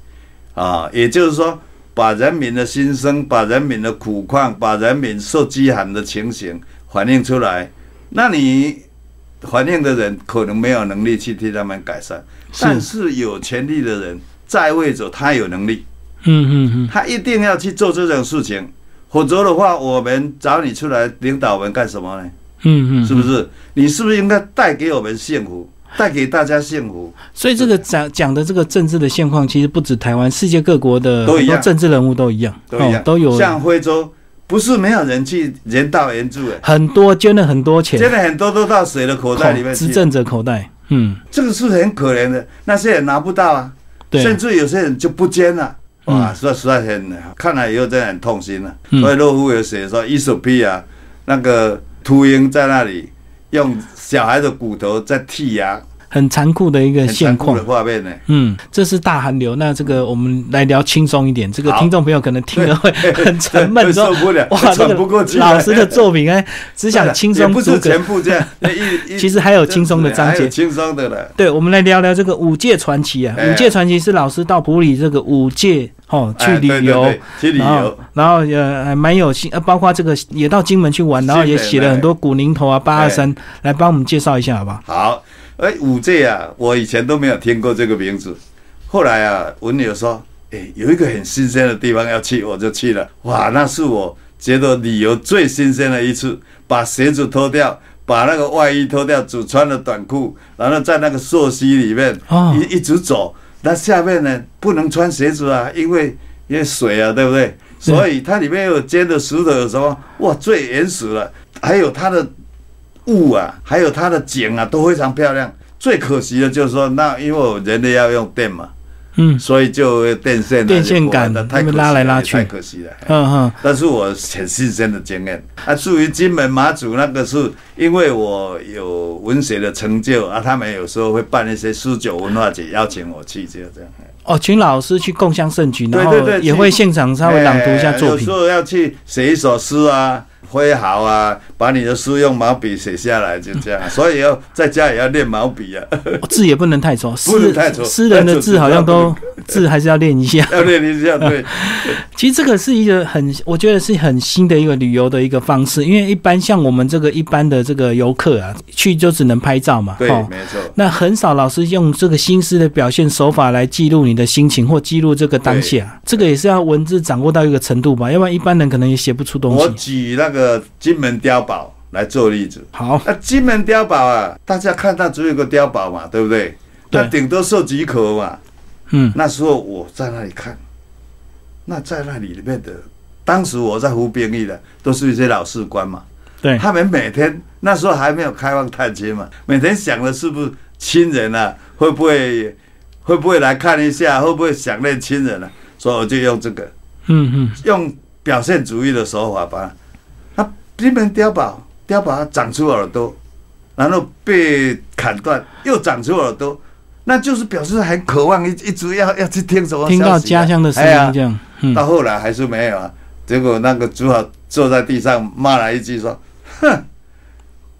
B: 啊，也就是说，把人民的心声、把人民的苦况、把人民受饥寒的情形反映出来。那你反映的人可能没有能力去替他们改善，
A: 是
B: 但是有权利的人在位者，他有能力。
A: 嗯嗯嗯，
B: 他一定要去做这种事情，否则的话，我们找你出来领导我们干什么呢？
A: 嗯嗯，
B: 是不是？你是不是应该带给我们幸福，带给大家幸福？
A: 所以这个讲讲的这个政治的现况，其实不止台湾，世界各国的
B: 都
A: 很
B: 一
A: 多
B: 样
A: 政治人物都一样，
B: 都一样，
A: 哦、都有
B: 像徽州，不是没有人去人道援助的，
A: 很多捐了很多钱，
B: 现在很多都到谁的口袋里面
A: 执
B: 去，
A: 政者口袋。嗯，
B: 这个是很可怜的，那些人拿不到啊，
A: 对
B: 甚，至有些人就不捐了。
A: 嗯
B: 哇，说实在很，看来以后真的很痛心了、啊
A: 嗯
B: 所以洛夫有写说，伊索比亚那个秃鹰在那里用小孩的骨头在剔牙，
A: 很残酷的一个
B: 很残
A: 现
B: 酷
A: 况
B: 的。画面呢、
A: 嗯，这是大寒流。那这个我们来聊轻松一点，这个
B: 好
A: 听众朋友可能听了会 (laughs) (laughs) 很沉闷，
B: 会
A: 说
B: (laughs) 受不了，
A: 哇，这
B: 喘
A: 个
B: 不过气来。啊
A: 老师的作品
B: (laughs)
A: 哎，只想轻
B: 也 (laughs)
A: 松
B: 不
A: 读
B: 是
A: 个。
B: 全部这样，一
A: (laughs)
B: 一
A: 其实还有轻松的章
B: 还有
A: 节。
B: 轻松的了。
A: 对，我们来聊聊这个五界传奇啊。
B: 哎
A: 五界传奇是老师到普里这个五界哦去
B: 哎
A: 旅
B: 对对
A: 游，
B: 对去旅
A: 然后
B: 游，
A: 然后呃还蛮有心，呃包括这个也到金门去玩，然后也写了很多古宁头
B: 哎
A: 啊、八二三，来帮我们介绍一下好不好？
B: 好，哎，五 G 啊，我以前都没有听过这个名字，后来啊，文友说，哎，有一个很新鲜的地方要去，我就去了。哇，那是我觉得旅游最新鲜的一次，把鞋子脱掉。把那个外衣脱掉，只穿了短裤，然后在那个溯溪里面、
A: 哦
B: 一一直走。那下面呢不能穿鞋子啊，因为因为水啊，对不对？所以它里面有尖的石头，有什么哇最原始了，还有它的雾啊，还有它的景啊，都非常漂亮。最可惜的就是说，那因为我人类要用电嘛，
A: 嗯
B: 所以就电线啊
A: 电线
B: 就不玩了
A: 杆
B: 太可惜
A: 他们拉来拉
B: 了
A: 去
B: 太可惜了。嘿
A: 嗯哼，
B: 但是我很亲身的经验啊，至于金门马祖那个是因为我有文学的成就啊，他们有时候会办一些诗酒文化节，邀请我去，就这样。嘿
A: 哦，请老师去共襄盛举，
B: 对
A: 然后
B: 对对
A: 也会现场稍微朗读一下作
B: 哎有
A: 品
B: 时。候要去写一首诗啊，挥毫啊，把你的诗用毛笔写下来，就
A: (laughs)
B: 这样。所以要在家也要练毛笔啊， (laughs)
A: 哦字也不能太丑，
B: 不能太丑
A: 诗人的字好像都字还是要练一下。 (laughs)
B: 要练一下。对，
A: 其实这个是一个很，我觉得是很新的一个旅游的一个方式，因为一般像我们这个一般的这个游客啊，去就只能拍照嘛，
B: 对，
A: 哦
B: 没错。
A: 那很少老师用这个心思的表现手法来记录你的心情或记录这个当下，这个也是要文字掌握到一个程度吧，要不然一般人可能也写不出东
B: 我
A: 西。
B: 举那个金门碉堡来做例子。
A: 好，
B: 那金门碉堡啊，大家看到只有一个碉堡嘛，对不对？
A: 对
B: 那顶多受几口嘛。
A: 嗯
B: 那时候我在那里看，那在那里面的，当时我在服兵役的，都是一些老士官嘛。
A: 对，
B: 他们每天那时候还没有开放探亲嘛，每天想的是不是亲人啊，会不会会不会来看一下，会不会想念亲人啊？所以我就用这个，
A: 嗯嗯，
B: 用表现主义的手法吧。它金门碉堡，碉堡它长出耳朵，然后被砍断，又长出耳朵，那就是表示很渴望一一直要要去听什么消息啊、
A: 听到家乡的声
B: 哎呀
A: 音这样，嗯，
B: 到后来还是没有啊。结果那个只好坐在地上骂了一句说：“哼，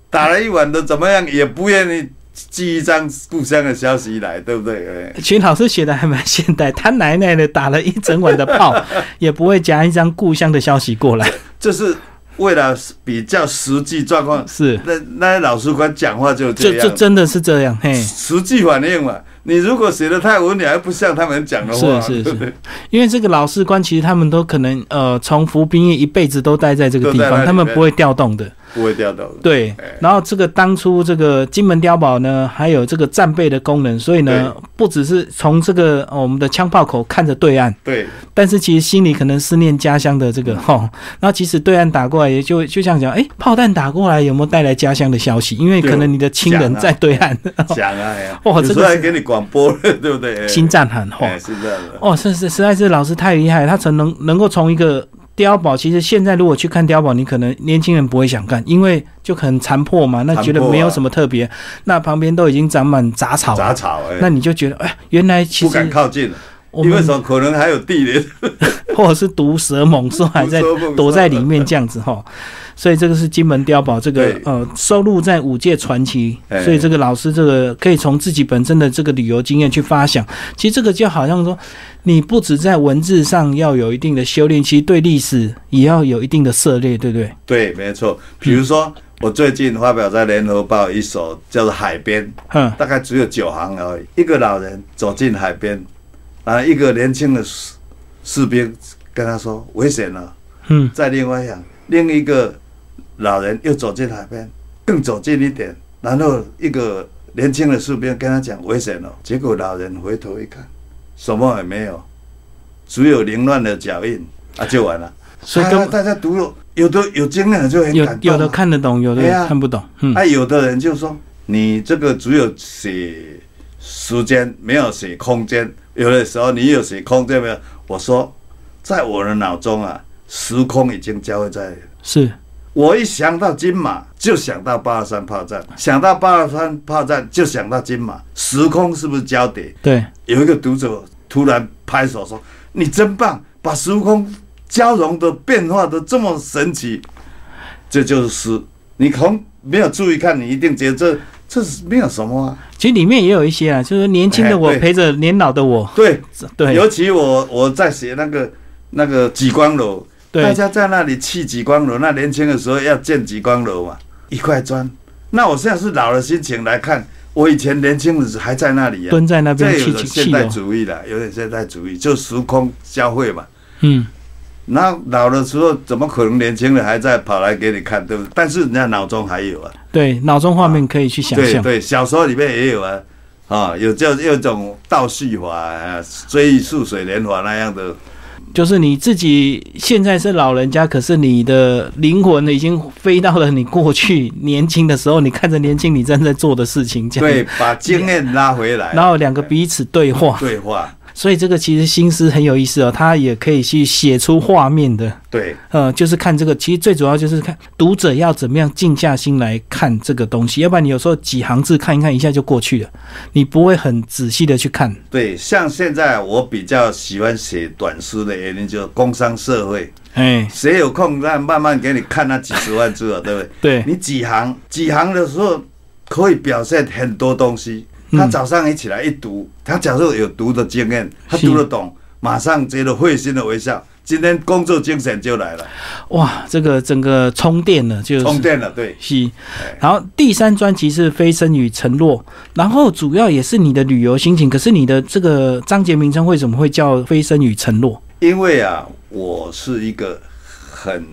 B: 打了一晚的怎么样，也不愿意寄一张故乡的消息来，对不对？”哎
A: 其实老师写的还蛮现代，他奶奶的打了一整晚的
B: (laughs)
A: 炮，也不会夹一张故乡的消息过来，
B: 这是为了比较实际状况。
A: 是，
B: 那那些老师官讲话就
A: 就
B: 这
A: 就
B: 样，
A: 真的是这哎样，嘿。
B: 实际反应嘛。你如果写的太文雅，还不像他们讲的话，
A: 是是
B: 对不对
A: 是，因为这个老士官其实他们都可能呃，从服兵役一辈子都待在这个地
B: 都在那
A: 方，
B: 里
A: 他们不会调动的。
B: (laughs) 不会掉头。
A: 对
B: 哎，
A: 然后这个当初这个金门碉堡呢，还有这个战备的功能，所以呢，不只是从这个、呃我们的枪炮口看着对岸，
B: 对，
A: 但是其实心里可能思念家乡的这个吼。然后即使对岸打过来，也就就像讲，哎，炮弹打过来有没有带来家乡的消息？因为
B: 对
A: 可能你的亲人
B: 讲啊
A: 在对岸， (laughs)
B: 讲啊，哎呀
A: 哇
B: 有
A: 这个
B: 时候还
A: 是
B: 给你广播了，对不对？哎
A: (laughs) 心战喊吼。
B: 哎，是这样的。
A: 哦，是是，实在是老师太厉害了，他才能能够从一个碉堡，其实现在如果去看碉堡，你可能年轻人不会想看，因为就很残破嘛，那觉得
B: 残破啊
A: 没有什么特别，那旁边都已经长满杂草，
B: 杂，草哎，
A: 那你就觉得哎，原来其
B: 不敢
A: 实
B: 靠近了，
A: 我
B: 因为
A: 们
B: 什么？可能还有地雷，
A: 或者是毒蛇猛兽 (laughs) 还在
B: 毒蛇猛兽
A: 躲在里面这样子哈，所以这个是金门碉堡这个
B: 对
A: 呃收录在五届传奇，
B: 哎
A: 所以这个老师这个可以从自己本身的这个旅游经验去发想，其实这个就好像说，你不止在文字上要有一定的修炼，其实对历史也要有一定的涉猎，对不对？
B: 对，没错。比如说，
A: 嗯
B: 我最近发表在《联合报》一首叫做《海边》，
A: 嗯，
B: 大概只有九行而已。一个老人走进海边，然后一个年轻的士士兵跟他说：“危险了。”
A: 嗯，
B: 再另外一样，另一个老人又走进海边，更走近一点，然后一个年轻的士兵跟他讲危险了，结果老人回头一看，什么也没有，只有凌乱的脚印啊，就完了。
A: 所以
B: 大
A: 根
B: 家大家读了，有的有经验的就很
A: 有
B: 感动、啊，
A: 有的看得懂，有的
B: 哎呀
A: 看不懂，嗯，
B: 啊，有的人就说你这个只有写时间，没有写空间。有的时候你有写空间没有？我说，在我的脑中啊，时空已经交汇在。
A: 是
B: 我一想到金马，就想到八二三炮战；想到八二三炮战，就想到金马。时空是不是交叠？
A: 对，
B: 有一个读者突然拍手说：“你真棒，把时空交融的变化的这么神奇。”这就是诗。你从没有注意看，你一定觉得这这是没有什么啊。
A: 其实里面也有一些啊，就是年轻的我
B: 哎对
A: 陪着年老的我，
B: 对，
A: 对
B: 尤其我我在写那个那个极光楼，大
A: 对，
B: 家在那里砌极光楼，那年轻的时候要建极光楼嘛，一块砖。那我现在是老的心情来看，我以前年轻的时候还在那里啊。
A: 蹲在那
B: 这
A: 边
B: 有
A: 气
B: 点
A: 气哦
B: 现
A: 气
B: 代
A: 楼，
B: 主义了，有点现代主义，就时空交汇嘛。
A: 嗯。
B: 那老的时候怎么可能年轻人还在跑来给你看，对不对？但是人家脑中还有啊，
A: 对，脑中画面可以去想
B: 对
A: 象。
B: 对，小说里面也有啊，啊，有叫有一种倒叙法啊，追忆似水年华那样的，
A: 就是你自己现在是老人家，可是你的灵魂已经飞到了你过去年轻的时候，你看着年轻你正在做的事情，这样。
B: 对，把经验拉回来，
A: 然后两个彼此对话，
B: 对话，
A: 所以这个其实心思很有意思哦，他也可以去写出画面的。
B: 对，
A: 呃，就是看这个，其实最主要就是看读者要怎么样静下心来看这个东西，要不然你有时候几行字看一看，一下就过去了，你不会很仔细的去看。
B: 对，像现在我比较喜欢写短诗的原因就是工商社会，
A: 哎，
B: 谁有空让慢慢给你看那几十万字啊，对不对？
A: 对，
B: (laughs) 你几行几行的时候可以表现很多东西。
A: 嗯
B: 他早上一起来一读，他假如有读的经验，他
A: 是
B: 读得懂，马上觉得会心的微笑，今天工作精神就来了，
A: 哇，这个整个充电了，就是
B: 充电了。对，
A: 是，然后第三专辑是《飞升与承诺》，然后主要也是你的旅游心情。可是你的这个章节名称为什么会叫《飞升与承诺》？
B: 因为啊，我是一个很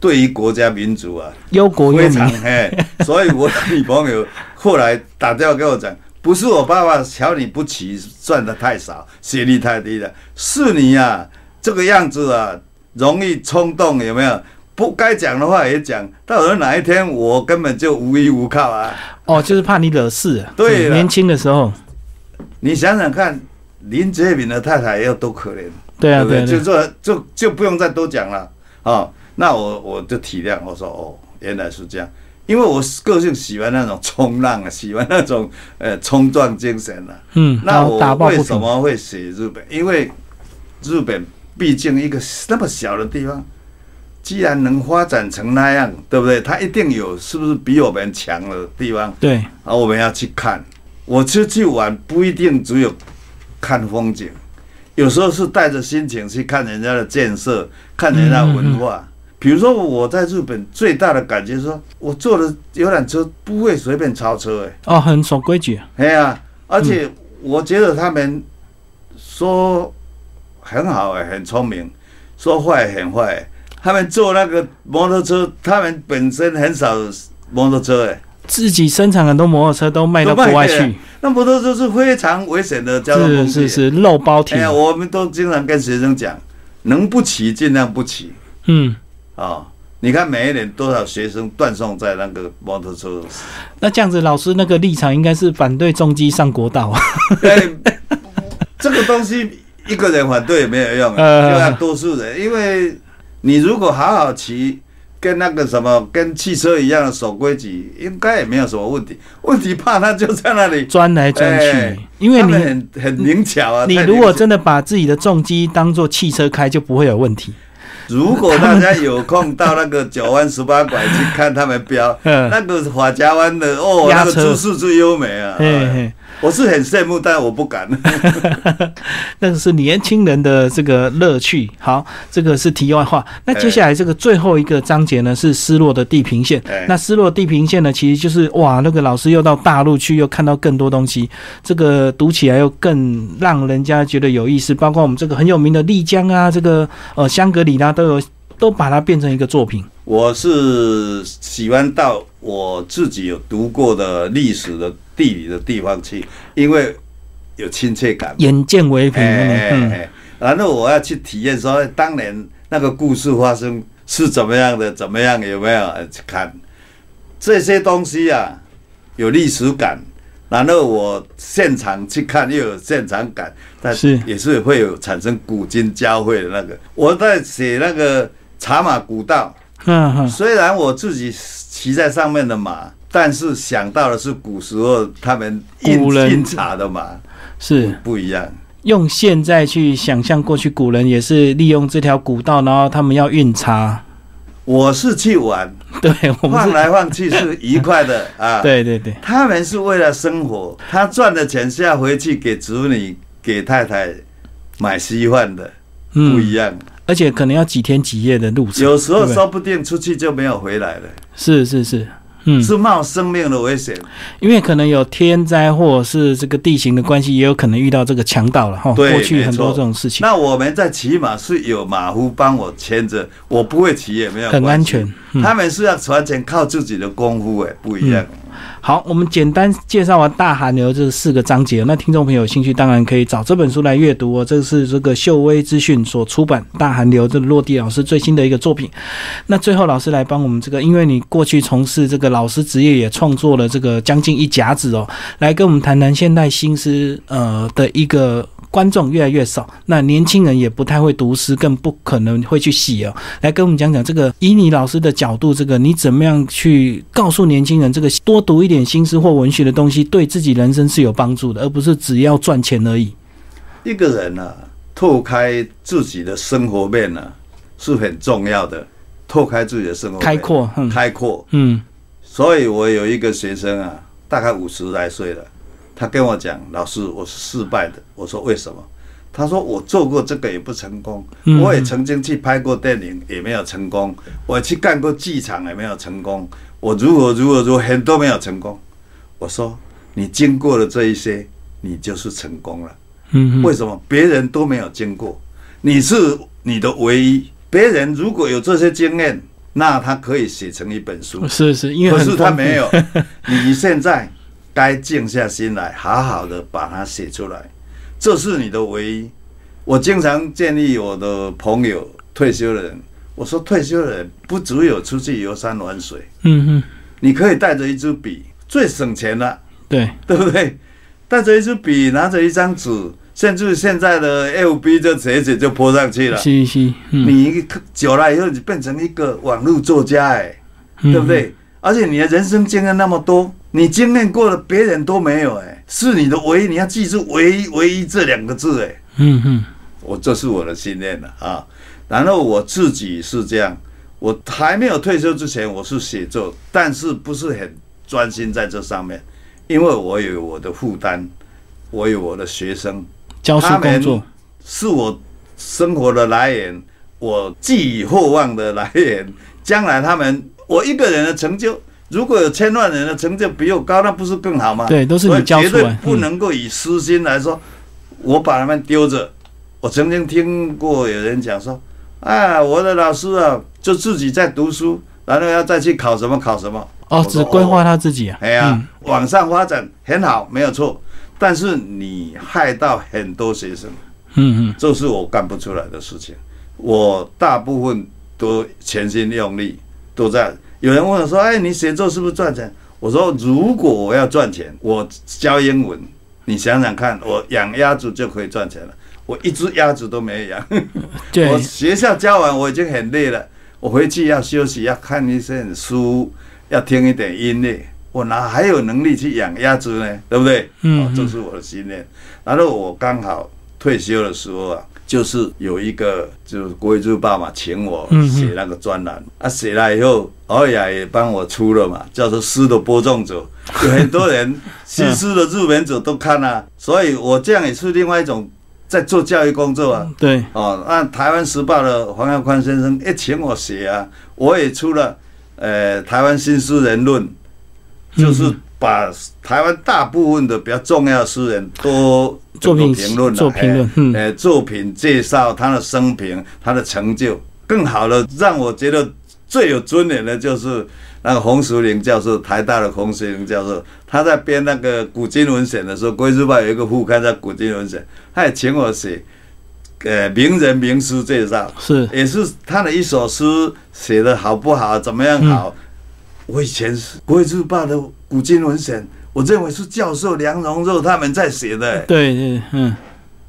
B: 对于国家民族啊
A: 忧国忧
B: 非
A: 民
B: 常，嘿，所以我女朋友后来打电话给我讲，不是我爸爸瞧你不起，赚的太少，学历太低了，是你呀、这个样子啊，容易冲动，有没有？不该讲的话也讲，到时候哪一天我根本就无依无靠啊！
A: 哦，就是怕你惹事。
B: 对
A: 嗯
B: 了
A: 年轻的时候，
B: 你想想看，林杰敏的太太要多可怜，
A: 对啊，
B: 不
A: 对啊，对
B: 就
A: 啊
B: 这就就不用再多讲了啊、哦那我我就体谅，我说哦，原来是这样，因为我个性喜欢那种冲浪啊，喜欢那种呃冲撞精神啊。
A: 嗯，然
B: 那
A: 后
B: 我
A: 打抱
B: 为
A: 不
B: 什
A: 平。
B: 么会写日本？因为日本毕竟一个那么小的地方，既然能发展成那样，对不对？它一定有是不是比我们强的地方？
A: 对，
B: 啊，我们要去看。我出去玩不一定只有看风景，有时候是带着心情去看人家的建设，看人家的文化。比如说我在日本最大的感觉是说，我坐的游览车不会随便超车、欸，
A: 哦，很守规矩。
B: 哎呀、而且我觉得他们说很好哎、很聪明；说坏很坏、他们坐那个摩托车，他们本身很少摩托车哎、
A: 自己生产很多摩托车都卖到国外
B: 都卖
A: 去，
B: 那摩托车是非常危险的交通工
A: 是
B: 具。
A: 是是，肉包体
B: 哎。呀，我们都经常跟学生讲，能不骑尽量不骑
A: 嗯，
B: 啊、你看每一年多少学生断送在那个摩托车，
A: (laughs) 那这样子，老师那个立场应该是反对重机上国道。啊
B: 哎，这个东西一个人反对也没有用，啊
A: 呃
B: 就要多数人。因为你如果好好骑，跟那个什么跟汽车一样的守规矩，应该也没有什么问题。问题怕他就在那
A: (laughs)
B: 里，
A: 钻来钻去
B: 哎，
A: 因为
B: 他
A: 你
B: 们很很灵巧啊。
A: 你
B: 太
A: 如
B: 灵
A: 果
B: 巧
A: 真的把自己的重机当做汽车开，就不会有问题。，
B: 如果大家有空到那个九弯十八拐去看他们飙
A: (laughs) 嗯
B: 那个法家湾的哦，
A: 压
B: 那
A: 车
B: 个姿势最优美啊！
A: 嘿嘿， (laughs)
B: 我是很羡慕，但我不敢。 (laughs)
A: 那个是年轻人的这个乐趣。好，这个是题外话。那
B: 哎
A: 接下来这个最后一个章节呢，是失落的地平线。
B: 哎
A: 那失落地平线呢，其实就是哇，那个老师又到大陆去，又看到更多东西，这个读起来又更让人家觉得有意思。包括我们这个很有名的丽江啊，这个呃香格里拉都有。都把它变成一个作品，
B: 我是喜欢到我自己有读过的历史的地理的地方去，因为有亲切感。
A: 眼见为凭。
B: 哎哎
A: 嗯，
B: 哎，然后我要去体验说，哎当年那个故事发生是怎么样的，怎么样有没有呃去看这些东西啊，有历史感。然后我现场去看，又有现场感，但
A: 是
B: 也是会有产生古今交汇的那个。我在写那个茶马古道，
A: 嗯哼，
B: 虽然我自己骑在上面的马，但是想到的是古时候他们印
A: 古人
B: 印茶的马，
A: 是。
B: 不一样。
A: 用现在去想象过去古人也是利用这条古道，然后他们要运茶。 (laughs)
B: 我是去玩，
A: 对，我们
B: 晃
A: 是，
B: 来晃去是愉
A: (laughs)
B: 快的啊。，
A: 对对对，
B: 他们是为了生活，他赚的钱是要回去给子女、给太太买稀饭的，不
A: 嗯，
B: 一样。
A: 而且可能要几天几夜的路程，
B: 有时候
A: 对不对
B: 说不定出去就没有回来了，
A: 是是是，嗯，
B: 是冒生命的危险。
A: 因为可能有天灾或者是这个地形的关系，也有可能遇到这个强盗了哈。
B: 对
A: 过去
B: 没
A: 很多
B: 错
A: 这种事情
B: 那我们在骑马是有马夫帮我牵着，我不会骑也没有
A: 很
B: 关
A: 安
B: 系
A: 全。。嗯
B: 他们是要完全靠自己的功夫，哎，不一样。
A: 好，我们简单介绍完大寒流这四个章节，那听众朋友有兴趣，当然可以找这本书来阅读哦。这是这个秀威资讯所出版《大寒流》这个落地老师最新的一个作品。那最后老师来帮我们这个，因为你过去从事这个老师职业，也创作了这个将近一甲子哦，来跟我们谈谈现代新诗呃的一个观众越来越少，那年轻人也不太会读诗，更不可能会去写哦。来跟我们讲讲这个，以你老师的角度，这个你怎么样去告诉年轻人，这个多读一点新诗或文学的东西，对自己人生是有帮助的，而不是只要赚钱而已。
B: 一个人呢、啊，拓开自己的生活面呢、啊，是很重要的。拓开自己的生活面，
A: 开阔嗯
B: 开阔。
A: 嗯
B: 所以我有一个学生啊，大概五十来岁了，他跟我讲：“老师，我是失败的。”我说：“为什么？”他说：“我做过这个也不成功，
A: 嗯
B: 我也曾经去拍过电影，也没有成功；我去干过剧场，也没有成功。我如何如何如何，很多没有成功。”我说：“你经过了这一些，你就是成功了。”
A: 嗯
B: 为什么别人都没有经过？你是你的唯一。别人如果有这些经验，那他可以写成一本书
A: 嗯，。是是，因为
B: 可
A: 很
B: 是他
A: 丰富
B: 没有。你现在该静下心来，好好的把它写出来，这是你的唯一。我经常建议我的朋友退休的人，我说退休的人不只有出去游山玩水，
A: 嗯嗯，
B: 你可以带着一支笔，最省钱了。
A: 对，
B: 对不对？ (laughs) 带着一支笔，拿着一张纸，甚至现在的 FB 就写写就泼上去了。
A: 是是，嗯，
B: 啊你久了以后，你变成一个网络作家、哎、
A: 嗯
B: 对不对？而且你的人生经验那么多，你经验过了，别人都没有、哎，是你的唯一，你要记住“唯一”“唯一”这两个字、哎，
A: 嗯？嗯嗯，
B: 我这是我的信念了啊。然后我自己是这样，我还没有退休之前，我是写作，但是不是很专心在这上面，因为我有我的负担，我有我的学生，
A: 教书工作，
B: 是我生活的来源，我寄予厚望的来源。 (laughs) 将来他们，我一个人的成就，如果有千万人的成就比我高，那不是更好吗？
A: 对都是你
B: 我
A: 教
B: 绝
A: 出
B: 对
A: 来
B: 不
A: 嗯
B: 能够以私心来说，我把他们丢着。我曾经听过有人讲说，啊，我的老师啊，就自己在读书，然后要再去考什么考什么。
A: 哦
B: 我，
A: 只
B: 说
A: 规划他自己啊。
B: 哎呀，往上发展很好，没有错。但是你害到很多学生。
A: 嗯嗯
B: 这是我干不出来的事情。我大部分都全心用力，都在。有人问我说：“哎，你写作是不是赚钱？”我说：“如果我要赚钱，我教英文，你想想看，我养鸭子就可以赚钱了。我一只鸭子都没养，
A: 嗯，对
B: 我，学校教完我已经很累了，我回去要休息，要看一些书，要听一点音乐，我哪还有能力去养鸭子呢？对不对？
A: 嗯
B: 哦这是我的信念。然后我刚好退休的时候啊，就是有一个就是国语日报嘛，请我
A: 嗯嗯
B: 写那个专栏、啊，写了以后，敖雅也帮我出了嘛，叫做《诗的播种者》，有很多
A: (laughs)
B: 人新诗的入门者都看啊，所以我这样也是另外一种在做教育工作啊。
A: 对，
B: 哦，那《台湾时报》的黄耀宽先生也请我写啊，我也出了呃《台湾新诗人论》，
A: 嗯
B: 就是把台湾大部分的比较重要的诗人都
A: 作品
B: 评论了
A: 作评论
B: 哎
A: 嗯
B: 呃，作品介绍他的生平、他的成就，更好的让我觉得最有尊严的就是那个洪淑玲教授，台大的洪淑玲教授，他在编那个《古今文选》的时候，《国语日报》有一个副刊叫《古今文选》，他也请我写，呃，名人名师介绍，
A: 是，
B: (laughs) 也是他的一首诗写的好不好，怎么样好。
A: 嗯
B: 我以前是《国语日报》的《古今文选》，我认为是教授梁荣肉他们在写的、欸
A: 对对，嗯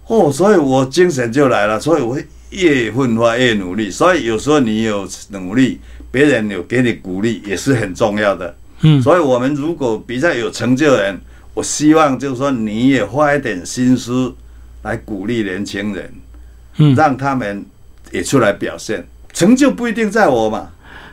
B: 哦，所以我精神就来了，所以我会越奋发越努力。所以有时候你有努力，别人有给你鼓励也是很重要的。
A: 嗯，
B: 所以我们如果比较有成就的人，我希望就是说你也花一点心思来鼓励年轻人，
A: 嗯
B: 让他们也出来表现。成就不一定在我嘛，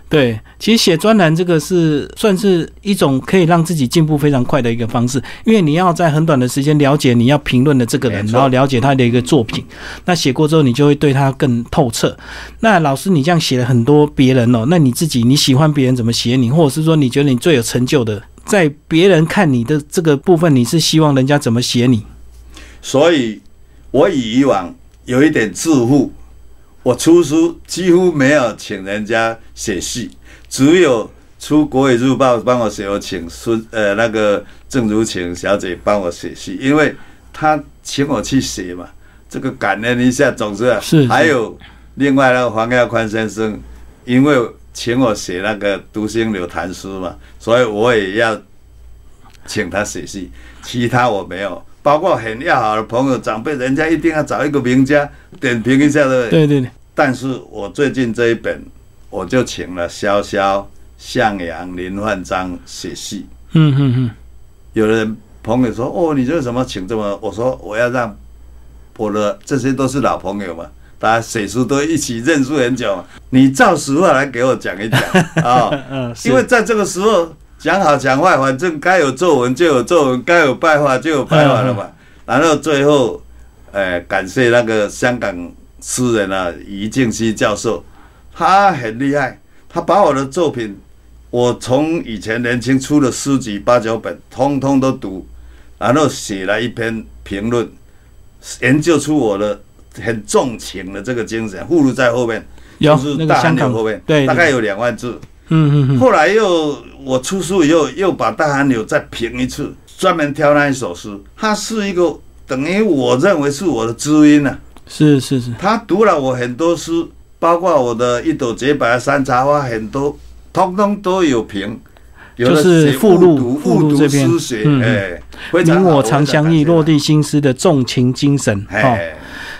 A: 对，其实写专栏这个是算是一种可以让自己进步非常快的一个方式，因为你要在很短的时间了解你要评论的这个人，
B: 没错
A: 然后了解他的一个作品。那写过之后，你就会对他更透彻。那老师，你这样写了很多别人哦，那你自己你喜欢别人怎么写你，或者是说你觉得你最有成就的，在别人看你的这个部分，你是希望人家怎么写你？
B: 所以我以往有一点自负，我出书几乎没有请人家写戏，只有出《国语日报》帮我写，我请孙呃那个郑如晴小姐帮我写戏，因为她请我去写嘛，这个感恩一下总是啊
A: 是是
B: 还有另外那个黄耀宽先生，因为请我写那个《读心柳谈诗》嘛，所以我也要请他写戏，其他我没有。包括很要好的朋友、长辈，人家一定要找一个名家点评一下的。
A: 对对对，
B: 但是我最近这一本，我就请了潇潇、向阳、林焕章写戏。
A: 嗯嗯嗯，
B: 有人朋友说：“哦，你为什么请这么？”我说：“我要让我的这些都是老朋友嘛，大家写书都一起认识很久嘛，你照实话来给我讲一讲啊。
A: 嗯嗯，是
B: 因为在这个时候讲好讲坏，反正该有作文就有作文，该有败话就有败话了
A: 嗯
B: 嘛。然后最后，呃，感谢那个香港诗人啊，于静熙教授，他很厉害，他把我的作品，我从以前年轻出的诗集八九本，通通都读，然后写了一篇评论，研究出我的很重情的这个精神，附录在后面，
A: 有
B: 就是
A: 那个
B: 大
A: 香
B: 韩流
A: 港
B: 后面，
A: 对，
B: 大
A: 对
B: 概有两万字。
A: 嗯嗯嗯，
B: 后来又我出书以后，又把《大寒流》再评一次，专门挑那一首诗。它是一个等于我认为是我的知音啊。
A: 是是是，
B: 他读了我很多诗，包括我的一朵洁白的山茶花，很多通通都有评。有的
A: 就是
B: 写
A: 附录
B: 误读
A: 附录
B: 误读
A: 这边
B: 诗学，
A: 嗯
B: 哎，非
A: 你
B: 常好
A: 我常相遇，落，地心思的重情精神，哈、
B: 非常感
A: 哦
B: 谢，哎，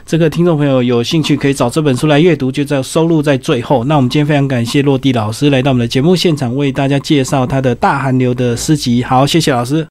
A: 这个听众朋友有兴趣可以找这本书来阅读，就在收录在最后。那我们今天非常感谢落地老师来到我们的节目现场，为大家介绍他的大寒流的诗集。好，谢谢老师。